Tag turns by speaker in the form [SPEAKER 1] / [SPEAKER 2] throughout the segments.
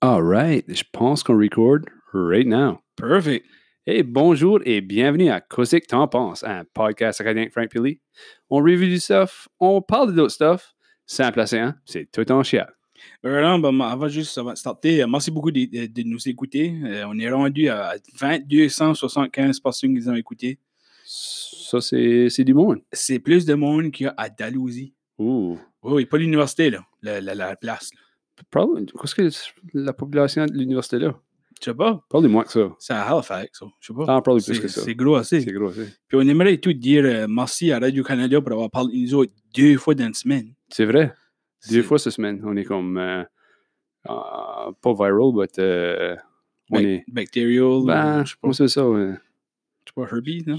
[SPEAKER 1] All right, je pense qu'on record right now.
[SPEAKER 2] Perfect.
[SPEAKER 1] Et bonjour et bienvenue à Cosic T'en Penses, un podcast acadien avec Frank Pili. On review du stuff, on parle de d'autres stuff, sans placer un, hein? c'est tout en chial.
[SPEAKER 2] Vraiment, ben, avant juste avant de starter, euh, merci beaucoup de, de- de nous écouter. Euh, on est rendu à 2275 personnes qui nous ont écouté.
[SPEAKER 1] Ça, c'est c'est du monde.
[SPEAKER 2] C'est plus de monde qu'il y a à Dalhousie.
[SPEAKER 1] Ouh.
[SPEAKER 2] Oui, oui, pas l'université, là. La, la- la place. là.
[SPEAKER 1] Probablement, qu'est-ce que la population de l'université là?
[SPEAKER 2] Je sais pas.
[SPEAKER 1] Probablement moins que ça.
[SPEAKER 2] C'est à Halifax, ça. je sais pas.
[SPEAKER 1] Ah, probablement plus
[SPEAKER 2] C'est
[SPEAKER 1] que ça.
[SPEAKER 2] c'est gros assez.
[SPEAKER 1] C'est gros, hein? c'est.
[SPEAKER 2] Puis on aimerait tout dire euh, merci à Radio-Canada pour avoir parlé de nous autres deux fois dans une semaine.
[SPEAKER 1] C'est vrai.
[SPEAKER 2] C'est-
[SPEAKER 1] Deux fois cette semaine, on est comme. euh, euh, pas viral, mais on
[SPEAKER 2] Bac-
[SPEAKER 1] est.
[SPEAKER 2] Bacterial,
[SPEAKER 1] Ben,
[SPEAKER 2] je sais pas,
[SPEAKER 1] comment c'est ça? euh,
[SPEAKER 2] je sais pas, herpes, non?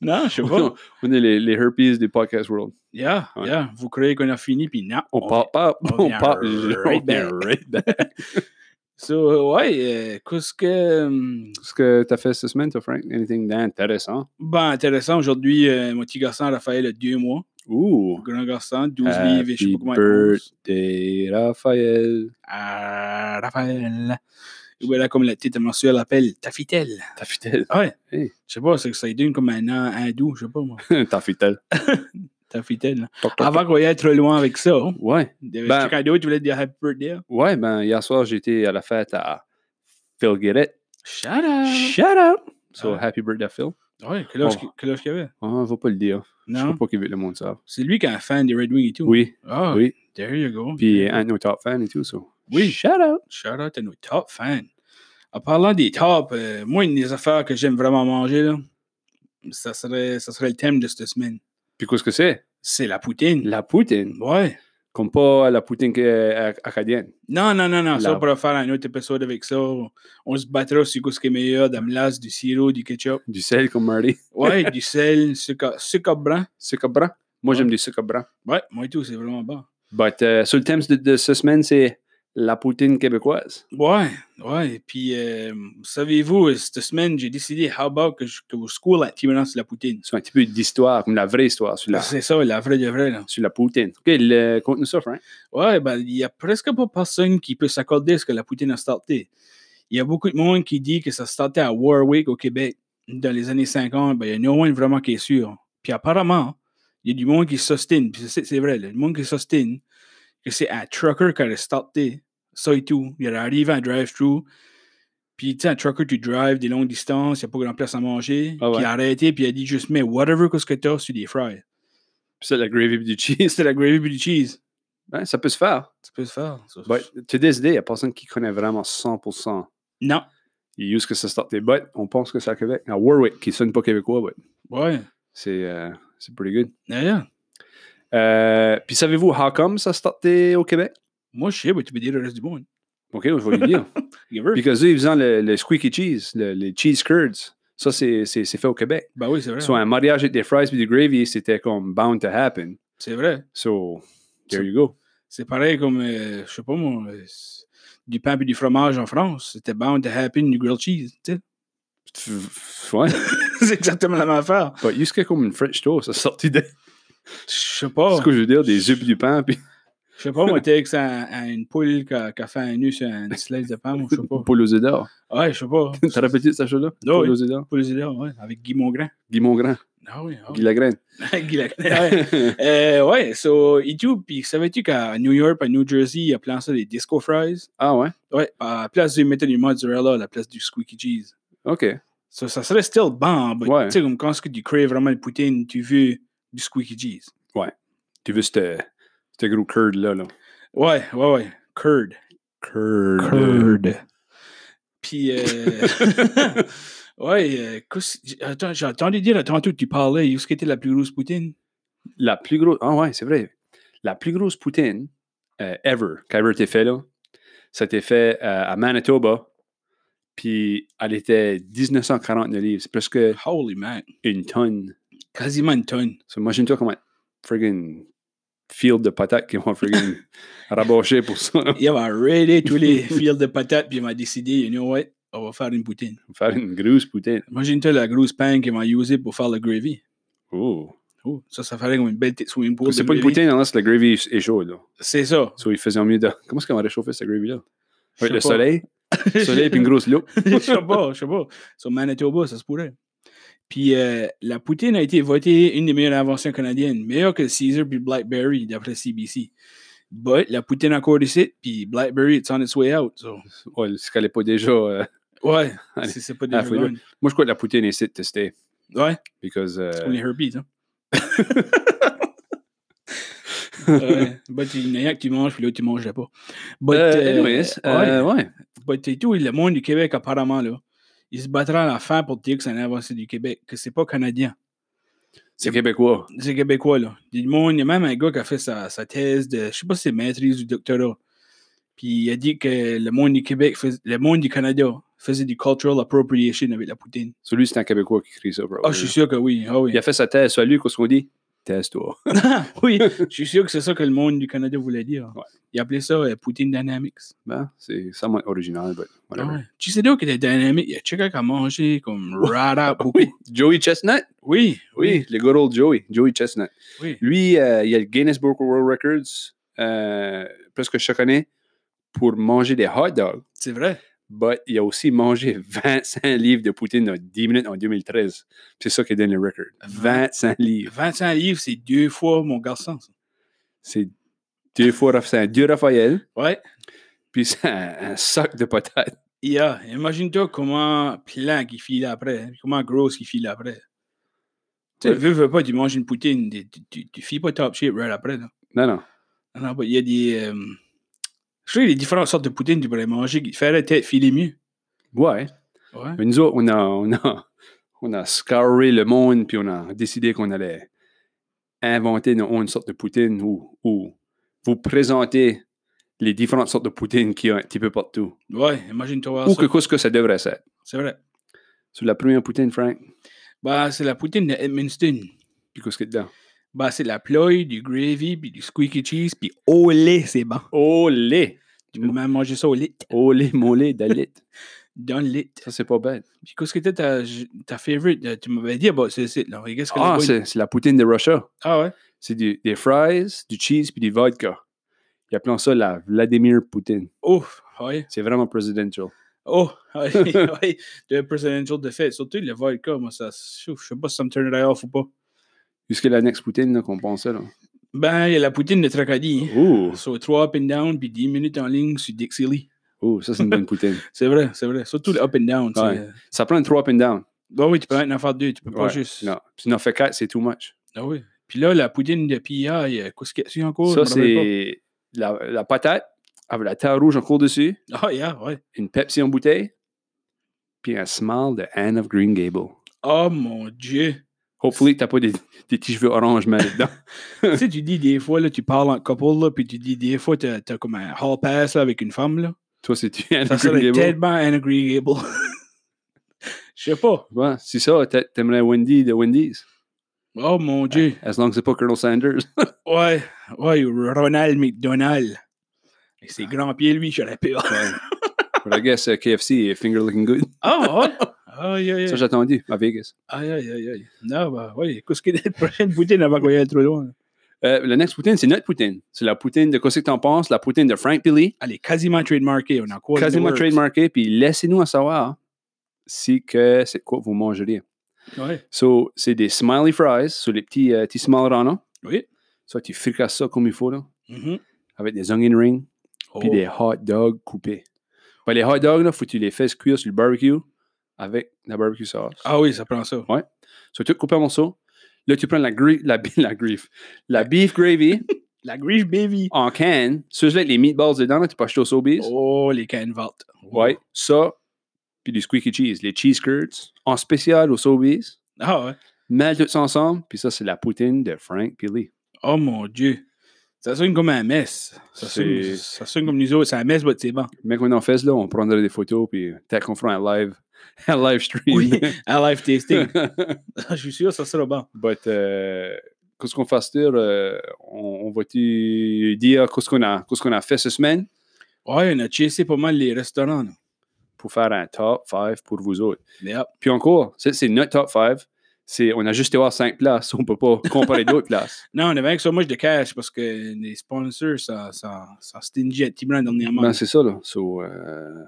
[SPEAKER 1] on,
[SPEAKER 2] non, je sais pas.
[SPEAKER 1] on est les, les herpes du podcast world.
[SPEAKER 2] Yeah,
[SPEAKER 1] Ouais.
[SPEAKER 2] yeah. Vous croyez qu'on a fini, puis non.
[SPEAKER 1] On part pas,
[SPEAKER 2] on
[SPEAKER 1] on
[SPEAKER 2] vient
[SPEAKER 1] part
[SPEAKER 2] right back.
[SPEAKER 1] right back.
[SPEAKER 2] So, euh, ouais, euh, qu'est-ce que. hum,
[SPEAKER 1] Qu'est-ce que t'as fait cette semaine, toi, Frank? Anything d'intéressant?
[SPEAKER 2] Ben, intéressant, aujourd'hui, euh, mon petit garçon Raphaël a deux mois.
[SPEAKER 1] Ouh!
[SPEAKER 2] Grand garçon, 12
[SPEAKER 1] Ah,
[SPEAKER 2] livres, et je sais
[SPEAKER 1] Happy
[SPEAKER 2] pas comment il pèse.
[SPEAKER 1] birthday, Raphaël.
[SPEAKER 2] Ah, Raphaël. Et voilà, comme le titre mensuel l'appelle, Tafitel.
[SPEAKER 1] Ta fitelle.
[SPEAKER 2] Ouais.
[SPEAKER 1] Hey.
[SPEAKER 2] Je sais pas, c'est que ça lui donne comme un an hindou, je sais pas moi.
[SPEAKER 1] Ta fitelle.
[SPEAKER 2] Tafitel. là.
[SPEAKER 1] Toc, toc, toc.
[SPEAKER 2] Avant qu'on aille trop loin avec ça, hein,
[SPEAKER 1] Ouais.
[SPEAKER 2] de
[SPEAKER 1] Ben-
[SPEAKER 2] ben, cadeau, tu voulais dire Happy Birthday?
[SPEAKER 1] Ouais, ben, hier soir, j'étais à la fête à Phil Guéret.
[SPEAKER 2] Shut up!
[SPEAKER 1] Shout out! So,
[SPEAKER 2] Ah.
[SPEAKER 1] happy birthday, Phil.
[SPEAKER 2] Ouais, quel âge
[SPEAKER 1] Oh.
[SPEAKER 2] quel âge qu'il avait?
[SPEAKER 1] Ah, faut pas le dire. Je
[SPEAKER 2] Non?
[SPEAKER 1] sais pas qu'il veut que le monde savent.
[SPEAKER 2] C'est lui qui est un fan des Red Wings et tout.
[SPEAKER 1] Oui,
[SPEAKER 2] Ah,
[SPEAKER 1] oui.
[SPEAKER 2] there you go.
[SPEAKER 1] Puis, un de nos top fans et tout, so.
[SPEAKER 2] Oui.
[SPEAKER 1] Shout out!
[SPEAKER 2] Shout out à nos top fans. En parlant des tops, euh, moi, une des affaires que j'aime vraiment manger, là, ça, serait, ça serait le thème de cette semaine.
[SPEAKER 1] Puis, qu'est-ce que c'est?
[SPEAKER 2] C'est la poutine.
[SPEAKER 1] La poutine.
[SPEAKER 2] Ouais.
[SPEAKER 1] Comme pas la poutine que- euh, acadienne.
[SPEAKER 2] Non, non, non, non. Ça,
[SPEAKER 1] La-
[SPEAKER 2] on pourra faire un autre épisode avec ça. On se battra sur ce qui est meilleur, de la melasse, du sirop, du ketchup.
[SPEAKER 1] Du sel comme Marty.
[SPEAKER 2] Ouais, du sel, sucre, sucre brun.
[SPEAKER 1] Sucre blanc. Moi,
[SPEAKER 2] Ouais.
[SPEAKER 1] j'aime du sucre blanc.
[SPEAKER 2] Ouais, moi et tout, c'est vraiment bon.
[SPEAKER 1] But, euh, sur le thème de, de cette semaine, c'est la poutine québécoise.
[SPEAKER 2] Ouais, ouais. Et puis, euh, savez-vous, cette semaine, j'ai décidé, how about que, je, que vous school à Timonance la poutine.
[SPEAKER 1] C'est un petit peu d'histoire, comme la vraie histoire sur la,
[SPEAKER 2] C'est ça, la vraie de vraie, là.
[SPEAKER 1] sur la poutine. OK, le, conte-nous ça, Frank.
[SPEAKER 2] Ouais, ben, il n'y a presque pas personne qui peut s'accorder à ce que la poutine a starté. Il y a beaucoup de monde qui dit que ça startait à Warwick, au Québec, dans les années 50. Ben, il y en a moins vraiment qui est sûr. Puis apparemment, il y a du monde qui s'ostine, puis c'est c'est vrai, là, du monde qui s'ostine, que c'est un trucker qui a starté, ça et tout. Il est arrivé à un drive-thru. Puis, tu sais, un trucker, tu drives des longues distances, il n'y a pas grand place à manger.
[SPEAKER 1] Ah ouais.
[SPEAKER 2] Puis, il a arrêté, puis il a dit juste, mais whatever que ce que t'as sur des fries.
[SPEAKER 1] Puis ça, la gravy puis du cheese.
[SPEAKER 2] C'est la gravy puis du cheese.
[SPEAKER 1] Hein, ça peut se faire.
[SPEAKER 2] Ça peut se faire. ça.
[SPEAKER 1] But, to this day, il n'y a personne qui connaît vraiment 100%.
[SPEAKER 2] Non.
[SPEAKER 1] Ils usent que ça startait. But, on pense que c'est à Québec. À Warwick, qui sonne pas québécois, but
[SPEAKER 2] Ouais.
[SPEAKER 1] c'est euh, c'est pretty good.
[SPEAKER 2] Yeah, Ah, yeah.
[SPEAKER 1] Euh, puis savez-vous how come ça startait au Québec?
[SPEAKER 2] Moi, je sais, mais tu peux dire le reste du monde.
[SPEAKER 1] OK, je vais le dire.
[SPEAKER 2] Give her.
[SPEAKER 1] Because eux, ils faisaient le, le squeaky cheese, le- les cheese curds. Ça, c'est c'est- c'est fait au Québec.
[SPEAKER 2] Ben oui, c'est vrai.
[SPEAKER 1] So, un mariage avec des fries et du gravy, c'était comme bound to happen.
[SPEAKER 2] C'est vrai.
[SPEAKER 1] So, there you go.
[SPEAKER 2] C'est pareil comme, euh, je sais pas moi, euh, s- du pain et du fromage en France. C'était bound to happen, du grilled cheese. tu sais.
[SPEAKER 1] Ouais.
[SPEAKER 2] c'est exactement la même affaire.
[SPEAKER 1] But jusqu'à comme une French toast, ça sortit de.
[SPEAKER 2] Je sais
[SPEAKER 1] C'est
[SPEAKER 2] pas.
[SPEAKER 1] ce que je veux dire, des œufs et du pain, puis
[SPEAKER 2] Je sais pas, moi, t'es avec ça, à une poule qui a, qui a fait un nœud sur une slice de pain, moi, je sais pas.
[SPEAKER 1] poule aux œufs d'or.
[SPEAKER 2] Ouais, je sais pas.
[SPEAKER 1] T'as répété cette chose-là?
[SPEAKER 2] Non,
[SPEAKER 1] Poule
[SPEAKER 2] oui.
[SPEAKER 1] aux œufs d'or.
[SPEAKER 2] Poule zéro, ouais, avec Guy Mongrain.
[SPEAKER 1] Guy Mongrain,
[SPEAKER 2] Ah oui, ah
[SPEAKER 1] Guy
[SPEAKER 2] oui.
[SPEAKER 1] Lagraine.
[SPEAKER 2] Guy Lacroix, ouais. Euh, ouais, so, et tout. Puis, savais-tu qu'à New York, à New Jersey, il a planté des disco fries?
[SPEAKER 1] ah ouais?
[SPEAKER 2] Ouais, à la place du mettre du mozzarella, à la place du squeaky cheese.
[SPEAKER 1] OK.
[SPEAKER 2] So, ça serait still bon, mais
[SPEAKER 1] Ouais.
[SPEAKER 2] tu sais, comme quand est-ce que tu crées vraiment une poutine, tu veux du squeaky cheese.
[SPEAKER 1] Tu veux ce ce gros curd-là? Là.
[SPEAKER 2] Ouais, ouais, ouais. Curd.
[SPEAKER 1] Curd.
[SPEAKER 2] Puis, euh... ouais, euh, qu'est-ce- j'ai- attends, j'ai entendu dire tantôt que tu parlais, où est-ce était la plus grosse poutine?
[SPEAKER 1] La plus grosse. Ah ouais, c'est vrai. La plus grosse poutine euh, ever qui a ever été faite, là, ça a été fait euh, à Manitoba. Puis elle était 1949 livres. C'est presque
[SPEAKER 2] Holy man.
[SPEAKER 1] une tonne.
[SPEAKER 2] Quasiment une tonne.
[SPEAKER 1] So, imagine-toi comment friggin' field de patates qu'ils vont friggin' rabâcher pour ça. là.
[SPEAKER 2] Il y avait raidé tous les fils de patates, puis il m'a décidé, you know what, on va faire une poutine.
[SPEAKER 1] Faire une grosse poutine.
[SPEAKER 2] Imagine-toi la grosse pain qu'ils m'a usée pour faire le gravy.
[SPEAKER 1] Oh.
[SPEAKER 2] Oh, ça, ça ferait comme une belle petite swimming pool.
[SPEAKER 1] C'est
[SPEAKER 2] de
[SPEAKER 1] pas une
[SPEAKER 2] gravy.
[SPEAKER 1] poutine, unless la gravy est chaude. Là.
[SPEAKER 2] C'est ça.
[SPEAKER 1] So, ils faisaient mieux de. Comment est-ce qu'on va réchauffer cette gravy-là?
[SPEAKER 2] Je
[SPEAKER 1] Avec
[SPEAKER 2] sais
[SPEAKER 1] le
[SPEAKER 2] pas.
[SPEAKER 1] soleil, le soleil puis une grosse loupe.
[SPEAKER 2] je sais pas, je sais pas. Sur Manitoba, ça se pourrait. Puis euh, la poutine a été votée une des meilleures inventions canadiennes, meilleure que Caesar puis Blackberry, d'après CBC. But la poutine encore ici, puis Blackberry, it's on its way out. so.
[SPEAKER 1] Ouais, ce qu'elle est pas déjà. euh,
[SPEAKER 2] Ouais,
[SPEAKER 1] Allez, Ah,
[SPEAKER 2] c'est c'est pas
[SPEAKER 1] à
[SPEAKER 2] des
[SPEAKER 1] la fouille.
[SPEAKER 2] gagné.
[SPEAKER 1] Moi, je crois que la poutine est ici de tester.
[SPEAKER 2] Ouais,
[SPEAKER 1] Because.
[SPEAKER 2] c'est
[SPEAKER 1] euh,
[SPEAKER 2] comme les herpes, hein. ouais, but il y en a un que tu manges, puis l'autre tu mangeais pas. But,
[SPEAKER 1] euh,
[SPEAKER 2] euh,
[SPEAKER 1] anyways, euh,
[SPEAKER 2] ouais,
[SPEAKER 1] ouais.
[SPEAKER 2] but et tout, le monde du Québec, apparemment, là, il se battra à la fin pour dire que c'est une invention du Québec, que c'est pas canadien.
[SPEAKER 1] C'est québécois.
[SPEAKER 2] C'est québécois, là. Il y a du monde- il y a même un gars qui a fait sa, sa thèse de, je sais pas si c'est maîtrise ou doctorat. Puis il a dit que le monde du Québec, fais- le monde du Canada faisait du cultural appropriation avec la poutine.
[SPEAKER 1] Celui, c'est un québécois qui écrit ça. probablement.
[SPEAKER 2] Ah, je suis sûr que oui. Ah oui.
[SPEAKER 1] Il a fait sa thèse. Salut, qu'est-ce qu'on dit? Thèse-toi.
[SPEAKER 2] oui, je suis sûr que c'est ça que le monde du Canada voulait dire.
[SPEAKER 1] Ouais.
[SPEAKER 2] Il appelait ça euh, Poutine Dynamics.
[SPEAKER 1] ben, c'est somewhat original, but whatever.
[SPEAKER 2] Ouais. Tu sais donc que les Dynamics, il y a quelqu'un qui a mangé comme rara beaucoup.
[SPEAKER 1] Oui, Joey Chestnut.
[SPEAKER 2] Oui,
[SPEAKER 1] Oui, le good old Joey, Joey Chestnut.
[SPEAKER 2] oui.
[SPEAKER 1] Lui, euh, il a le Guinness Book of World Records euh, presque chaque année pour manger des hot dogs.
[SPEAKER 2] C'est vrai.
[SPEAKER 1] But il a aussi mangé 25 livres de poutine en 10 minutes en 2013. C'est ça qui donne le record.
[SPEAKER 2] Ah,
[SPEAKER 1] 25 livres.
[SPEAKER 2] 25 livres, c'est deux fois mon garçon. ça.
[SPEAKER 1] C'est deux fois Raph- c'est un deux Raphaël,
[SPEAKER 2] Ouais.
[SPEAKER 1] puis c'est un, un sac de patates.
[SPEAKER 2] Yeah. Imagine-toi comment plein qu'il file après, hein, comment grosse qu'il file après. Tu sais,
[SPEAKER 1] Ouais.
[SPEAKER 2] veux, veux pas, tu manges une poutine, tu, tu, tu- tu files pas top shape right après. là.
[SPEAKER 1] Non, non.
[SPEAKER 2] Ah Non, bah, il y a des. euh, je sais, les différentes sortes de poutine que tu pourrais manger qui te feraient peut-être filer mieux.
[SPEAKER 1] Ouais.
[SPEAKER 2] Ouais.
[SPEAKER 1] Mais nous autres, on a, on a, on a scouré le monde, puis on a décidé qu'on allait inventer une, une sorte de poutine ou, ou vous présenter les différentes sortes de poutine qu'il y a un petit peu partout.
[SPEAKER 2] Ouais, imagine-toi
[SPEAKER 1] Ou
[SPEAKER 2] ça.
[SPEAKER 1] que qu'est-ce que ça devrait être.
[SPEAKER 2] C'est vrai.
[SPEAKER 1] Sur la première poutine, Frank,
[SPEAKER 2] Bah, c'est la poutine de Edmundston.
[SPEAKER 1] puis qu'est-ce qu'il y a dedans?
[SPEAKER 2] Bah, c'est de la ploie, du gravy, puis du squeaky cheese, puis au lait, c'est bon.
[SPEAKER 1] Olé!
[SPEAKER 2] Tu peux même manger ça au lait,
[SPEAKER 1] Olé, molé, dalit.
[SPEAKER 2] dans le lait.
[SPEAKER 1] Ça, c'est pas bête.
[SPEAKER 2] Puis qu'est-ce que t'es ta, ta favorite? euh, Tu m'avais dit about ce site, là. Regarde ce que
[SPEAKER 1] Ah,
[SPEAKER 2] la bonne-
[SPEAKER 1] c'est c'est la poutine de Russia.
[SPEAKER 2] Ah ouais?
[SPEAKER 1] C'est du- des fries, du cheese puis du vodka. Ils appellent ça la Vladimir Poutine.
[SPEAKER 2] Ouf, ouais.
[SPEAKER 1] C'est vraiment presidential.
[SPEAKER 2] Oh, ouais, ouais. Le presidential de fait. Surtout le vodka, moi, ça. ouf, Je sais pas si ça me turnerait off ou pas.
[SPEAKER 1] Jusqu'à la next Poutine là, qu'on pensait. Là.
[SPEAKER 2] Ben, il y a la poutine de Tracadie.
[SPEAKER 1] Ouh,
[SPEAKER 2] Sur 3 up and down, puis 10 minutes en ligne sur Dixie
[SPEAKER 1] ouh, ça c'est une bonne Poutine.
[SPEAKER 2] C'est vrai, c'est vrai. Surtout le up and down. c'est,
[SPEAKER 1] Ouais.
[SPEAKER 2] euh,
[SPEAKER 1] Ça prend trois up and down.
[SPEAKER 2] Bah oui, tu peux en faire deux, tu peux pas
[SPEAKER 1] Ouais,
[SPEAKER 2] juste.
[SPEAKER 1] Non, si n'en fait quatre, c'est too much.
[SPEAKER 2] Ah oui. Puis là, la poutine de Pia, il y a qu'est-ce qu'il y a dessus encore?
[SPEAKER 1] ça
[SPEAKER 2] Oh, Je me rappelle
[SPEAKER 1] c'est la, la patate avec la terre rouge encore dessus,
[SPEAKER 2] pas. Ah, yeah, ouais.
[SPEAKER 1] une Pepsi en bouteille, puis un smile de Anne of Green Gable.
[SPEAKER 2] Oh mon Dieu.
[SPEAKER 1] Hopefully, t'as pas des, des petits cheveux orange mais dedans.
[SPEAKER 2] tu sais, tu dis des fois, là, tu parles en couple, là, puis tu dis des fois, t'as as comme un hall pass là, avec une femme. Là.
[SPEAKER 1] Toi, c'est-tu Anne
[SPEAKER 2] Ça
[SPEAKER 1] of Green
[SPEAKER 2] serait
[SPEAKER 1] Gable?
[SPEAKER 2] tellement Anna Green Gable. Je sais pas.
[SPEAKER 1] Ouais, c'est ça, t'a- t'aimerais Wendy de Wendy's.
[SPEAKER 2] Oh mon Dieu.
[SPEAKER 1] As long as c'est pas Colonel Sanders.
[SPEAKER 2] Ouais, ouais, Ronald McDonald. Avec ses grands pieds, lui, j'aurais peur.
[SPEAKER 1] But I guess uh, KFC, uh, finger looking good.
[SPEAKER 2] Ah, ouais. Aïe, aïe,
[SPEAKER 1] Ça,
[SPEAKER 2] aïe.
[SPEAKER 1] j'ai attendu à Vegas.
[SPEAKER 2] Aïe, aïe, aïe, aïe. Non, bah, oui, qu'est-ce que la prochaine poutine avant qu'on y aille trop loin?
[SPEAKER 1] Euh, la next poutine, c'est notre poutine. C'est la poutine de qu'est-ce que t'en penses, la poutine de Frank Billy.
[SPEAKER 2] Elle est quasiment trademarkée. On a quoi?
[SPEAKER 1] Quasiment trademarké, puis laissez-nous en savoir si que c'est quoi vous mangeriez.
[SPEAKER 2] Ouais.
[SPEAKER 1] So, c'est des smiley fries, sur les petits, euh, petits small rana.
[SPEAKER 2] Oui.
[SPEAKER 1] Ça, tu fricasses ça comme il faut, là,
[SPEAKER 2] Mhm.
[SPEAKER 1] avec des onion rings, puis
[SPEAKER 2] Oh.
[SPEAKER 1] des hot dogs coupés. Ben, les hot dogs, là, faut que tu les fasses cuire sur le barbecue avec la barbecue sauce.
[SPEAKER 2] Ah oui, ça prend ça.
[SPEAKER 1] So, tu coupes en morceaux. Là, tu prends la, gri- la, bi- la griffe. La beef gravy
[SPEAKER 2] La griche baby.
[SPEAKER 1] en canne. Ça, avec les meatballs dedans, là, tu peux acheter au Sobeys.
[SPEAKER 2] Oh, les canvas.
[SPEAKER 1] Ouais. Ça, puis du squeaky cheese. Les cheese curds en spécial au Sobeys.
[SPEAKER 2] Ah ouais.
[SPEAKER 1] Mêle tout ça ensemble. Puis ça, c'est la poutine de Frank Pili.
[SPEAKER 2] Oh mon Dieu. Ça sonne comme un mess. Ça sonne,
[SPEAKER 1] C'est-
[SPEAKER 2] ça sonne comme nous autres. C'est un mess, mais c'est bon.
[SPEAKER 1] Mais qu'on en fasse là, on prendra des photos. Puis t'as qu'on fera un live, un live stream.
[SPEAKER 2] Oui, à live tasting. Je suis sûr, ça sera bon.
[SPEAKER 1] But, euh, qu'est-ce qu'on fasse dire? euh, on, on va-tu dire qu'est-ce qu'on a, qu'est-ce qu'on a fait cette semaine?
[SPEAKER 2] Ouais, on a chassé pas mal les restaurants. là.
[SPEAKER 1] Pour faire un top 5 pour vous autres.
[SPEAKER 2] Yep.
[SPEAKER 1] Puis encore, ça, c'est notre top 5. c'est on a juste été voir cinq places, on peut pas comparer d'autres places.
[SPEAKER 2] Non, on avait avec ça, moi, je de cash parce que les sponsors, ça, ça, ça stingy à Tiburon dernièrement.
[SPEAKER 1] Ben, c'est ça, là. So, euh,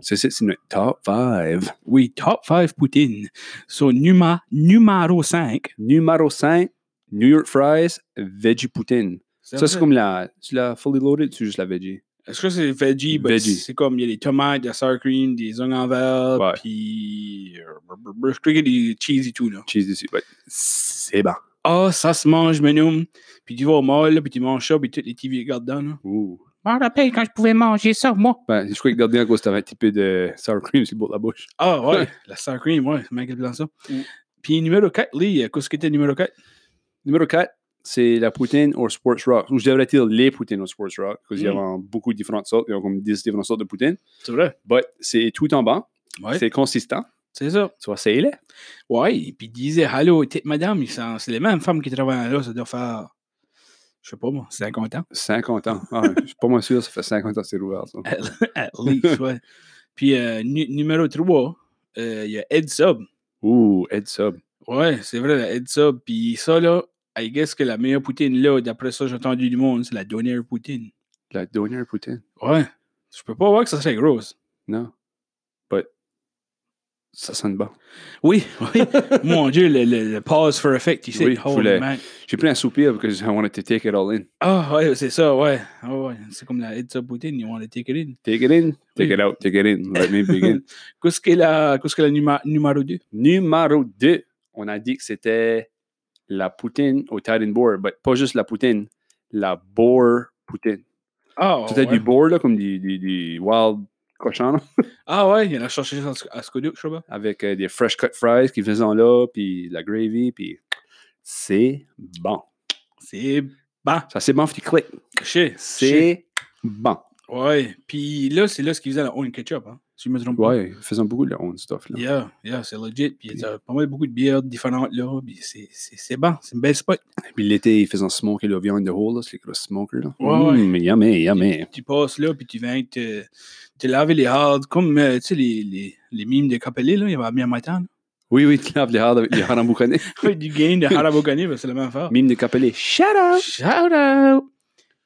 [SPEAKER 1] c'est c'est- c'est notre top 5.
[SPEAKER 2] oui, top 5 Poutine. So, numa, numéro 5.
[SPEAKER 1] Numéro 5, New York Fries, Veggie Poutine. Ça, c'est comme la. Tu l'as fully loaded ou juste la veggie?
[SPEAKER 2] Est-ce que c'est veggie? Ben,
[SPEAKER 1] Veggie.
[SPEAKER 2] C'est comme, il y a des tomates, de la sour cream, des oignons en verre,
[SPEAKER 1] Ouais.
[SPEAKER 2] puis... euh, Je crois qu'il y a des cheese et tout, là.
[SPEAKER 1] Cheese dessus. ouais. C'est bon.
[SPEAKER 2] Ah, ça se mange, menu. Puis tu vas au mall, là, puis tu manges ça, puis toutes les TV regardent dedans, là.
[SPEAKER 1] Ouh.
[SPEAKER 2] Je me rappelle quand je pouvais manger ça, moi.
[SPEAKER 1] Ben, je crois que dernier à cause, t'avais un petit peu de sour cream sur le bout de la bouche.
[SPEAKER 2] Ah, ouais, la sour cream, ouais, c'est m'inquiète dans ça.
[SPEAKER 1] Mm.
[SPEAKER 2] Puis numéro 4, Lee, euh, qu'est-ce qui était numéro 4?
[SPEAKER 1] Numéro 4, c'est la poutine au Sports Rock. Ou je devrais dire les poutines au Sports Rock, parce qu'il y
[SPEAKER 2] Mm.
[SPEAKER 1] a beaucoup de différentes sortes. Il y a comme 10 différentes sortes de poutines.
[SPEAKER 2] C'est vrai.
[SPEAKER 1] But c'est tout en bas.
[SPEAKER 2] Ouais,
[SPEAKER 1] C'est consistant.
[SPEAKER 2] c'est ça.
[SPEAKER 1] Tu vas essayer, là.
[SPEAKER 2] Ouais, puis il disait Allô, t'es- madame, ils sont- c'est les mêmes femmes qui travaillent là, ça doit faire. Je sais pas moi, 50 ans.
[SPEAKER 1] 50 ans. Ah, je suis pas moins sûr, ça fait 50 ans que c'est ouvert, ça.
[SPEAKER 2] At least, ouais. Puis euh, nu- numéro 3, il y a Ed Sub.
[SPEAKER 1] Ouh, Ed Sub.
[SPEAKER 2] Ouais, c'est vrai, la Ed Sub. Puis ça, là, I guess que la meilleure poutine, là, d'après ça, j'ai entendu du monde, c'est la dernière poutine.
[SPEAKER 1] La dernière poutine.
[SPEAKER 2] Ouais. Je peux pas voir que ça serait grosse.
[SPEAKER 1] Non. But ça sonne bon.
[SPEAKER 2] Oui, oui. Mon Dieu, le, le- le pause for effect ici.
[SPEAKER 1] Oui, je
[SPEAKER 2] Holy
[SPEAKER 1] voulais-
[SPEAKER 2] man.
[SPEAKER 1] J'ai pris un soupir because I wanted to take it all in.
[SPEAKER 2] Ah, ouais, c'est ça, ouais. Ah ouais. C'est comme la Ed Sub poutine, ils vont la take it in.
[SPEAKER 1] Take it in, take
[SPEAKER 2] Oui.
[SPEAKER 1] it out, take it in. Let me begin.
[SPEAKER 2] Qu'est-ce que la, qu'est-ce que la numa- numéro 2?
[SPEAKER 1] Numéro 2, on a dit que c'était la poutine au Titan Boar, mais pas juste la poutine, la boar poutine.
[SPEAKER 2] Ah,
[SPEAKER 1] C'était
[SPEAKER 2] ouais.
[SPEAKER 1] du boar, là, comme du, du, du wild cochon, là,
[SPEAKER 2] Ah ouais, il en a cherché à Sc- à Scodouk, je sais pas.
[SPEAKER 1] avec euh, des fresh cut fries qu'ils faisaient là, puis la gravy, puis c'est bon.
[SPEAKER 2] C'est bon.
[SPEAKER 1] Ça, c'est bon, faut que tu cliques.
[SPEAKER 2] Chez.
[SPEAKER 1] C'est bon.
[SPEAKER 2] Ouais. Puis là, c'est là ce qu'ils faisaient à la Own Ketchup, hein, si je me trompe
[SPEAKER 1] Ouais, ils faisaient beaucoup de leur own stuff,
[SPEAKER 2] pas.
[SPEAKER 1] là.
[SPEAKER 2] Yeah, yeah, c'est legit. Puis il y a pas mal beaucoup de bières différentes là. Puis c'est- c'est c'est bon, c'est une belle spot.
[SPEAKER 1] Puis l'été, ils faisaient smoker le viande de hole, là, c'est les gros smokers, là.
[SPEAKER 2] Ouais,
[SPEAKER 1] Mm, Yummy,
[SPEAKER 2] Ah,
[SPEAKER 1] yummy.
[SPEAKER 2] Tu passes là, puis tu viens te, te laver les hardes, comme euh, tu sais, les, les, les mimes de Capelli, là, il y avait bien matin. là.
[SPEAKER 1] Oui, oui, tu laves les hardes avec les hardes emboucanés.
[SPEAKER 2] Ouais, du gain de Harabogani, ben, c'est la même affaire.
[SPEAKER 1] Mime de Capelé. Shut up!
[SPEAKER 2] Shout out!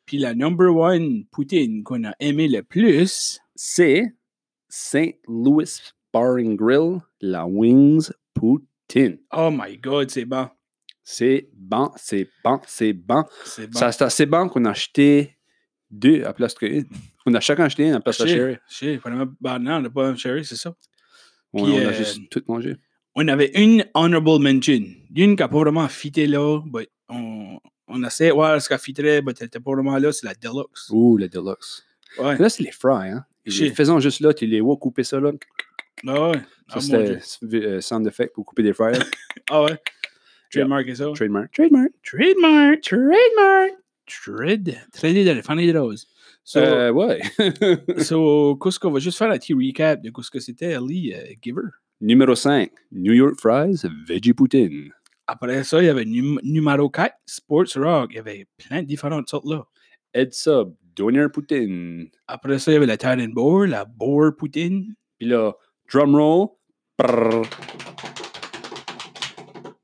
[SPEAKER 2] Puis la number one poutine qu'on a aimé le plus,
[SPEAKER 1] c'est St. Louis Bar and Grill, la Wings Poutine.
[SPEAKER 2] oh my god, c'est bon.
[SPEAKER 1] C'est bon, c'est bon, c'est bon.
[SPEAKER 2] C'est bon.
[SPEAKER 1] Ça, c'est assez bon qu'on a acheté deux à place qu'une. On a chacun acheté une à place de
[SPEAKER 2] Chérie,
[SPEAKER 1] Sherry.
[SPEAKER 2] chérie, pas vraiment- bah non, on n'a pas un chérie, c'est ça.
[SPEAKER 1] On,
[SPEAKER 2] Puis,
[SPEAKER 1] on a
[SPEAKER 2] euh,
[SPEAKER 1] juste tout mangé.
[SPEAKER 2] On avait une honorable mention. Une qui n'a pas vraiment fité là, but on, on essaie de voir ce qu'elle fitterait, mais elle n'était pas vraiment là, c'est la Deluxe.
[SPEAKER 1] Ouh, le deluxe.
[SPEAKER 2] Ouais,
[SPEAKER 1] Là, c'est les fries, hein.
[SPEAKER 2] Chez-
[SPEAKER 1] Ils faisons juste là, tu les vois couper ça là.
[SPEAKER 2] ah ouais.
[SPEAKER 1] Ça,
[SPEAKER 2] ah, mon
[SPEAKER 1] c'était
[SPEAKER 2] Dieu.
[SPEAKER 1] euh, sound effect pour couper des fries. là.
[SPEAKER 2] ah ouais. Trademark et ça.
[SPEAKER 1] Trademark. Trademark.
[SPEAKER 2] Trademark.
[SPEAKER 1] Trademark.
[SPEAKER 2] Trade. Trade de la famille de Rose. So,
[SPEAKER 1] Euh, ouais.
[SPEAKER 2] so, qu'est-ce qu'on va juste faire un petit recap de ce que c'était Ali euh, Giver.
[SPEAKER 1] Numéro 5, New York Fries, Veggie Poutine.
[SPEAKER 2] Après ça, il y avait num- numéro 4, Sports Rock. Il y avait plein de différentes sortes là.
[SPEAKER 1] Ed Sub, Donner Poutine.
[SPEAKER 2] Après ça, il y avait la Titan Boar, la Boar Poutine.
[SPEAKER 1] Puis là, drum roll. Prrr.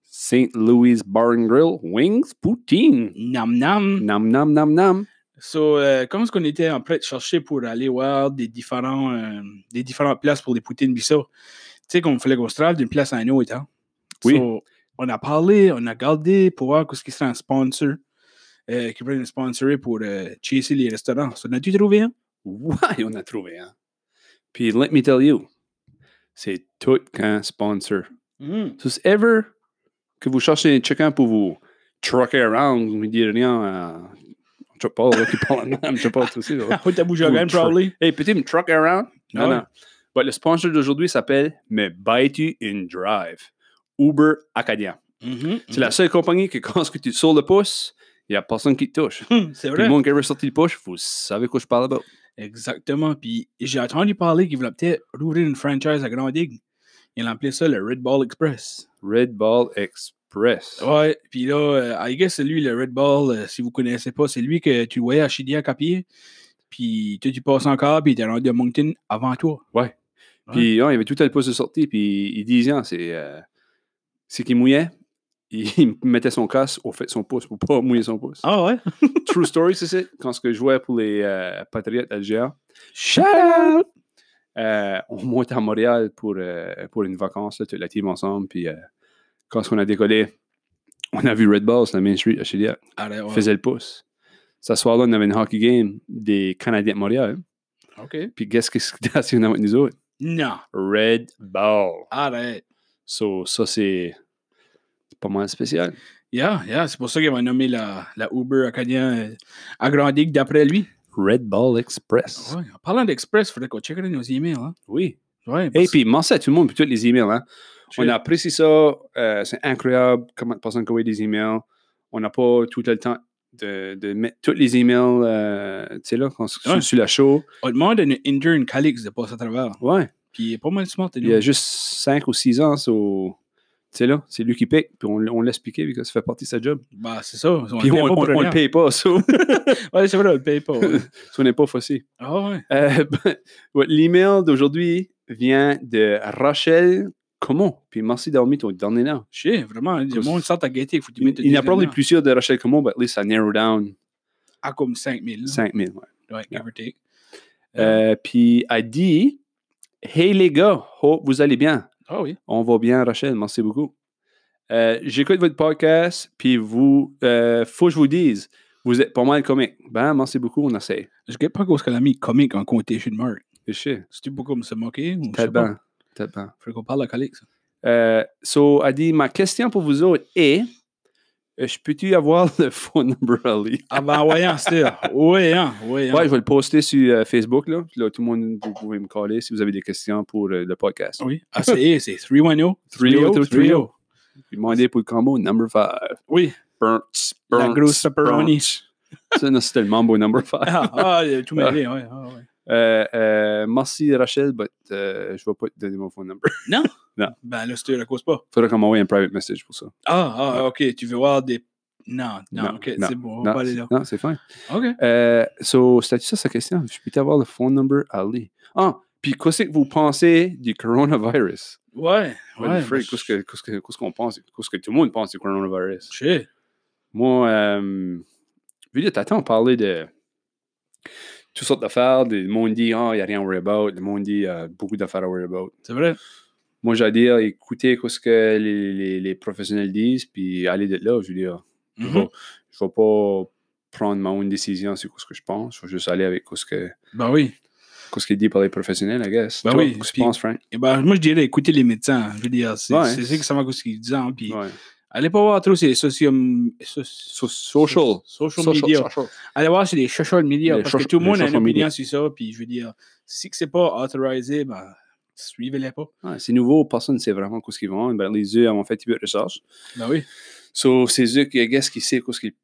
[SPEAKER 1] St. Louis Bar and Grill, Wings, Poutine.
[SPEAKER 2] Nam Nam.
[SPEAKER 1] Nam nam nam nam.
[SPEAKER 2] So, euh, comment est-ce qu'on était en train de chercher pour aller voir des, différents, euh, des différentes places pour les poutines, puis ça? Tu sais, qu'on fallait qu'on se trouve d'une place à une autre. Hein?
[SPEAKER 1] Oui.
[SPEAKER 2] So, on a parlé, on a regardé pour voir ce qui serait un sponsor, euh, qui pourrait nous sponsorer pour euh, chasser les restaurants. So, on a-tu trouvé hein? un?
[SPEAKER 1] Ouais, on a trouvé un. Puis let me tell you, c'est tout qu'un sponsor. So, si ever que vous cherchez quelqu'un pour vous trucker around, vous me direz rien, euh, je sais pas, là, qui parle en même, je sais pas, tout aussi. là.
[SPEAKER 2] Ah, oui, t'as bougé à
[SPEAKER 1] Ou
[SPEAKER 2] gagne,
[SPEAKER 1] tra-
[SPEAKER 2] probably.
[SPEAKER 1] Hey, peux-tu me trucker around? Non,
[SPEAKER 2] Ah ouais.
[SPEAKER 1] non. But le sponsor d'aujourd'hui s'appelle Me Buy-tu in Drive, Uber Acadien.
[SPEAKER 2] Mhm.
[SPEAKER 1] C'est la seule compagnie que quand est-ce que tu sors le pouce, il n'y a personne qui te touche.
[SPEAKER 2] Mhm. C'est
[SPEAKER 1] Tout le
[SPEAKER 2] vrai.
[SPEAKER 1] monde qui a sorti le pouce, vous savez quoi je parle about.
[SPEAKER 2] Exactement. Puis j'ai entendu parler qu'ils voulaient peut-être rouvrir une franchise à Grand Digue. Ils appelaient ça le Red Ball Express.
[SPEAKER 1] Red Ball Express.
[SPEAKER 2] Ouais, puis là, euh, I guess c'est lui, le Red Ball, euh, si vous connaissez pas, c'est lui que tu voyais à Chidiac à pied. Puis toi, tu passes encore, puis t'es rendu à Moncton avant toi.
[SPEAKER 1] Puis ouais, il y avait tout un pouce de sortie, puis ils disaient, hein, c'est euh, C'est qu'il mouillait, il mettait son casse au fait de son pouce pour pas mouiller son pouce.
[SPEAKER 2] Ah ouais?
[SPEAKER 1] True story, c'est ça. Quand ce que je jouais pour les euh, Patriotes d'Algérie,
[SPEAKER 2] Shout out!
[SPEAKER 1] euh, on montait à Montréal pour, euh, pour une vacance, là, toute la team ensemble. Puis euh, quand on a décollé, on a vu Red Balls, la main street à Chiliac.
[SPEAKER 2] Allez, ouais.
[SPEAKER 1] faisait le pouce. Ce soir-là, on avait une hockey game des Canadiens de Montréal.
[SPEAKER 2] OK.
[SPEAKER 1] Puis qu'est-ce qui se stationne avec nous autres?
[SPEAKER 2] Non.
[SPEAKER 1] Red Ball.
[SPEAKER 2] Arrête.
[SPEAKER 1] So, ça, c'est c'est pas mal spécial.
[SPEAKER 2] Yeah, yeah. C'est pour ça qu'il va nommer la, la Uber acadien euh, à Grande Ligue d'après lui.
[SPEAKER 1] Red Ball Express.
[SPEAKER 2] Ah Ouais. En parlant d'Express, il faudrait qu'on checkerait nos emails. Hein?
[SPEAKER 1] Oui.
[SPEAKER 2] Ouais.
[SPEAKER 1] Et
[SPEAKER 2] parce-
[SPEAKER 1] puis, merci à tout le monde pour tous les emails. Hein.
[SPEAKER 2] Shit.
[SPEAKER 1] On apprécie ça. euh, c'est incroyable comment de personnes qui envoient des emails. On n'a pas tout le temps de, de mettre tous les emails, euh, tu sais, là, qu'on s-
[SPEAKER 2] Ouais.
[SPEAKER 1] sur, sur la show.
[SPEAKER 2] On demande à notre intern Calix de passer à travers.
[SPEAKER 1] Ouais.
[SPEAKER 2] Puis il est pas mal smart.
[SPEAKER 1] Il y a juste 5 ou 6 ans, so, tu sais, là, c'est lui qui paye. Puis on, on laisse piquer, parce que ça fait partie de sa job.
[SPEAKER 2] Bah, c'est ça. On
[SPEAKER 1] Puis
[SPEAKER 2] le paye
[SPEAKER 1] on
[SPEAKER 2] pas pour
[SPEAKER 1] on- on le
[SPEAKER 2] rien.
[SPEAKER 1] paye pas, so,
[SPEAKER 2] Ouais, c'est vrai, on le paye pas. ouais.
[SPEAKER 1] so on n'est pas fossé.
[SPEAKER 2] Ah ouais.
[SPEAKER 1] Euh, ben, ouais, L'email d'aujourd'hui vient de Rachel Comon. Puis merci d'avoir mis ton dernier nom.
[SPEAKER 2] Shit, vraiment. Le
[SPEAKER 1] Cause-
[SPEAKER 2] monde sort à gaieté. Faut
[SPEAKER 1] Il il y en a probablement plusieurs de Rachel Comon, mais at least ça narrow down
[SPEAKER 2] Ah. À comme 5000.
[SPEAKER 1] 5000. ouais.
[SPEAKER 2] Ouais, give or take. Ah.
[SPEAKER 1] Euh, puis elle dit Hey les gars, hope vous allez bien.
[SPEAKER 2] Ah oui.
[SPEAKER 1] On va bien, Rachel, merci beaucoup. Euh, J'écoute votre podcast, puis vous, euh, faut que je vous dise, vous êtes pas mal comique. Ben, merci beaucoup, on essaie.
[SPEAKER 2] Je ne pas cause qu'elle a mis comique en quotation mark.
[SPEAKER 1] Je sais,
[SPEAKER 2] C'est-tu pour comme se moquer ou je sais
[SPEAKER 1] peut-être
[SPEAKER 2] pas.
[SPEAKER 1] bien, peut-être bien.
[SPEAKER 2] Faut qu'on parle à Calix.
[SPEAKER 1] Euh, so, a dit, ma question pour vous autres est, euh, je peux-tu avoir le phone number Ali?
[SPEAKER 2] Ah ben, voyons, c'est Oui, hein, oui, hein.
[SPEAKER 1] Ouais, je vais le poster sur euh, Facebook, là. Puis là, tout le monde, vous pouvez me coller si vous avez des questions pour euh, le podcast.
[SPEAKER 2] Oui. Ah, c'est eh, c'est 310.
[SPEAKER 1] 310.
[SPEAKER 2] 310.
[SPEAKER 1] Puis demandez pour le combo number 5.
[SPEAKER 2] oh. Oui.
[SPEAKER 1] Burnt,
[SPEAKER 2] La
[SPEAKER 1] burnt,
[SPEAKER 2] grosse pepperoni.
[SPEAKER 1] burnt. Ça, non, c'était le mambo number 5.
[SPEAKER 2] Ah, ah, il a tout mêlé, ouais, ah, ouais.
[SPEAKER 1] euh, merci, Rachel, mais je vais pas te donner mon phone number.
[SPEAKER 2] Ben là, si tu la cause pas.
[SPEAKER 1] Faudra qu'on m'envoie un private message pour ça.
[SPEAKER 2] Ah, ah, ok, tu veux voir des. Non, non,
[SPEAKER 1] Non,
[SPEAKER 2] ok,
[SPEAKER 1] non,
[SPEAKER 2] c'est bon, on va
[SPEAKER 1] Non,
[SPEAKER 2] pas aller
[SPEAKER 1] c'est-
[SPEAKER 2] là.
[SPEAKER 1] non, c'est fine.
[SPEAKER 2] Ok.
[SPEAKER 1] Euh, so, c'était ça sa question. Je peux avoir le phone number Ali. Ah, puis qu'est-ce que vous pensez du coronavirus?
[SPEAKER 2] Ouais,
[SPEAKER 1] What
[SPEAKER 2] ouais.
[SPEAKER 1] the frick,
[SPEAKER 2] ben,
[SPEAKER 1] Qu'est-ce que- qu'est-ce que- qu'est-ce qu'on pense? Qu'est-ce que tout le monde pense du coronavirus?
[SPEAKER 2] shit.
[SPEAKER 1] Moi, euh, vu que t'attends parler de toutes sortes d'affaires, le monde dit, ah, il n'y a rien à worry about, le monde dit, ah, beaucoup d'affaires à worry about.
[SPEAKER 2] C'est vrai.
[SPEAKER 1] Moi, j'allais dire, écoutez ce que les, les- les professionnels disent, puis allez de là, je veux dire. Je
[SPEAKER 2] Mhm.
[SPEAKER 1] vais- Je ne vais pas prendre ma own décision sur ce que je pense, je vais juste aller avec ce que.
[SPEAKER 2] Ben oui.
[SPEAKER 1] Qu'est-ce qu'il dit par les professionnels, I guess.
[SPEAKER 2] Ben
[SPEAKER 1] Toi,
[SPEAKER 2] oui,
[SPEAKER 1] Qu'est-ce que
[SPEAKER 2] puis-
[SPEAKER 1] tu penses, Frank?
[SPEAKER 2] Et ben, moi, je dirais écouter les médecins. Je veux dire, c'est
[SPEAKER 1] Ouais.
[SPEAKER 2] c'est ça que ça m'a ce qu'ils disent. hein, Puis
[SPEAKER 1] Ouais.
[SPEAKER 2] allez pas voir trop ces socium... so-
[SPEAKER 1] So- social.
[SPEAKER 2] social
[SPEAKER 1] Social,
[SPEAKER 2] media.
[SPEAKER 1] social.
[SPEAKER 2] Allez voir sur les social media
[SPEAKER 1] Les
[SPEAKER 2] parce
[SPEAKER 1] socia-
[SPEAKER 2] que tout le
[SPEAKER 1] les
[SPEAKER 2] monde a une
[SPEAKER 1] social
[SPEAKER 2] opinion
[SPEAKER 1] media.
[SPEAKER 2] sur ça. Puis je veux dire, si que c'est pas authorisé, ben, suivez-les pas.
[SPEAKER 1] Ouais, c'est nouveau, personne ne sait vraiment qu'est-ce qu'ils vendent. Ben, les yeux ont fait un petit peu de recherche.
[SPEAKER 2] Ben oui.
[SPEAKER 1] So, c'est eux qui, I guess, qui sait qu'est-ce qu'ils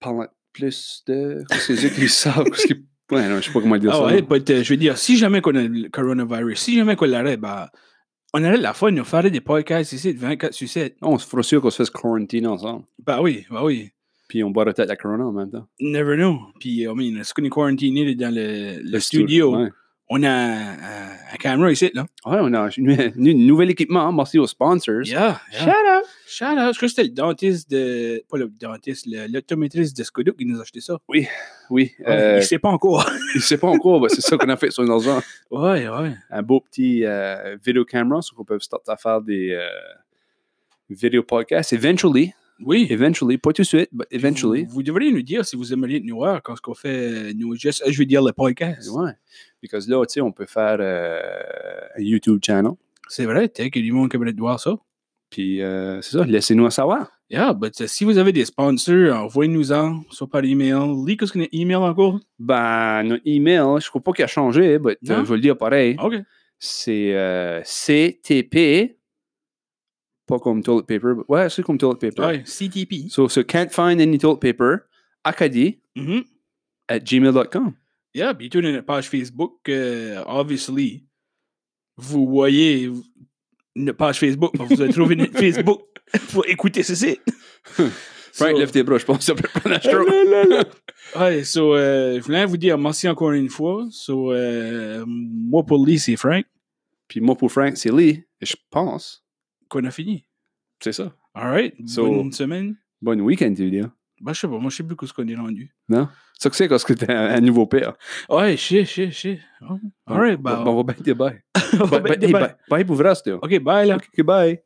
[SPEAKER 1] parlent plus de. C'est eux qui savent qu'est-ce qu'ils. Ouais, non, je sais pas comment dire
[SPEAKER 2] Ah
[SPEAKER 1] ça.
[SPEAKER 2] ouais,
[SPEAKER 1] là.
[SPEAKER 2] but, euh, je veux dire, si jamais qu'on a le coronavirus, si jamais qu'on l'arrête, ben, on aurait la fois de nous faire des podcasts ici de 24 sur 7.
[SPEAKER 1] Non, on se fera sûr qu'on se fasse quarantine ensemble.
[SPEAKER 2] Ben oui, ben oui.
[SPEAKER 1] Puis on bat la tête à Corona en même temps.
[SPEAKER 2] Never know. Puis, I mean, est-ce qu'on est quarantiné dans le, le
[SPEAKER 1] stu-
[SPEAKER 2] studio?
[SPEAKER 1] Ouais.
[SPEAKER 2] On a un, un caméra ici, là.
[SPEAKER 1] Ouais, on a un nouvel équipement. Merci aux sponsors.
[SPEAKER 2] Yeah,
[SPEAKER 1] Shout out!
[SPEAKER 2] Shout out. Je crois que c'était le dentiste de. Pas le dentiste, le- l'optométriste de Skoduk qui nous a acheté ça.
[SPEAKER 1] Oui,
[SPEAKER 2] Il
[SPEAKER 1] euh,
[SPEAKER 2] sait pas encore.
[SPEAKER 1] il sait pas encore, mais c'est ça qu'on a fait sur nos argent.
[SPEAKER 2] ouais, ouais.
[SPEAKER 1] un beau petit euh, vidéo camera, sur qu'on peut starter à faire des euh, vidéo podcasts. Eventually,
[SPEAKER 2] Oui.
[SPEAKER 1] eventually, pas tout de suite, but eventually.
[SPEAKER 2] Vous, vous devriez nous dire si vous aimeriez nous voir quand on fait euh, nos gestes. Je veux dire le podcast.
[SPEAKER 1] Ouais. Because là, tu sais, on peut faire euh, un YouTube channel.
[SPEAKER 2] C'est vrai, t'es que du monde qui aimerait te voir ça.
[SPEAKER 1] Puis euh, c'est ça, laissez-nous en savoir.
[SPEAKER 2] Yeah, but euh, si vous avez des sponsors, envoyez-nous-en, soit par email. Lee, qu'est-ce qu'on a email encore?
[SPEAKER 1] Ben, notre email, je crois pas qu'il a changé, mais
[SPEAKER 2] Non?
[SPEAKER 1] je vais le dire pareil.
[SPEAKER 2] OK.
[SPEAKER 1] C'est euh, CTP. Pas comme toilet paper. but- ouais, c'est comme toilet paper.
[SPEAKER 2] Ouais, CTP.
[SPEAKER 1] So, so, can't find any toilet paper. Acadie
[SPEAKER 2] Mhm.
[SPEAKER 1] at gmail.com.
[SPEAKER 2] Yeah, puis tout notre page Facebook, euh, obviously, vous voyez notre page Facebook, vous allez trouver notre Facebook pour écouter ceci.
[SPEAKER 1] Frank,
[SPEAKER 2] So-
[SPEAKER 1] lève tes bras, je pense que ça peut prendre un stroke.
[SPEAKER 2] Ouais, so, euh, je voulais vous dire merci encore une fois. So, euh, moi, pour Lee, c'est Frank
[SPEAKER 1] Puis moi, pour Frank, c'est Lee. Et je pense
[SPEAKER 2] qu'on a fini.
[SPEAKER 1] C'est ça.
[SPEAKER 2] All right.
[SPEAKER 1] So-
[SPEAKER 2] Bonne semaine.
[SPEAKER 1] Bonne week-end, tu veux dire.
[SPEAKER 2] Bah, je sais pas. Moi, je sais plus où ce qu'on est rendu.
[SPEAKER 1] Ça que c'est parce que t'es un, un nouveau père.
[SPEAKER 2] Ouais, je sais, je sais, je sais. Oh, All right. Bah,
[SPEAKER 1] Bon, on va bien dire bye.
[SPEAKER 2] on va
[SPEAKER 1] Bye,
[SPEAKER 2] mettre des
[SPEAKER 1] hey,
[SPEAKER 2] bails.
[SPEAKER 1] bye. Bye pour vrai, c'était.
[SPEAKER 2] OK, bye, là.
[SPEAKER 1] OK, bye.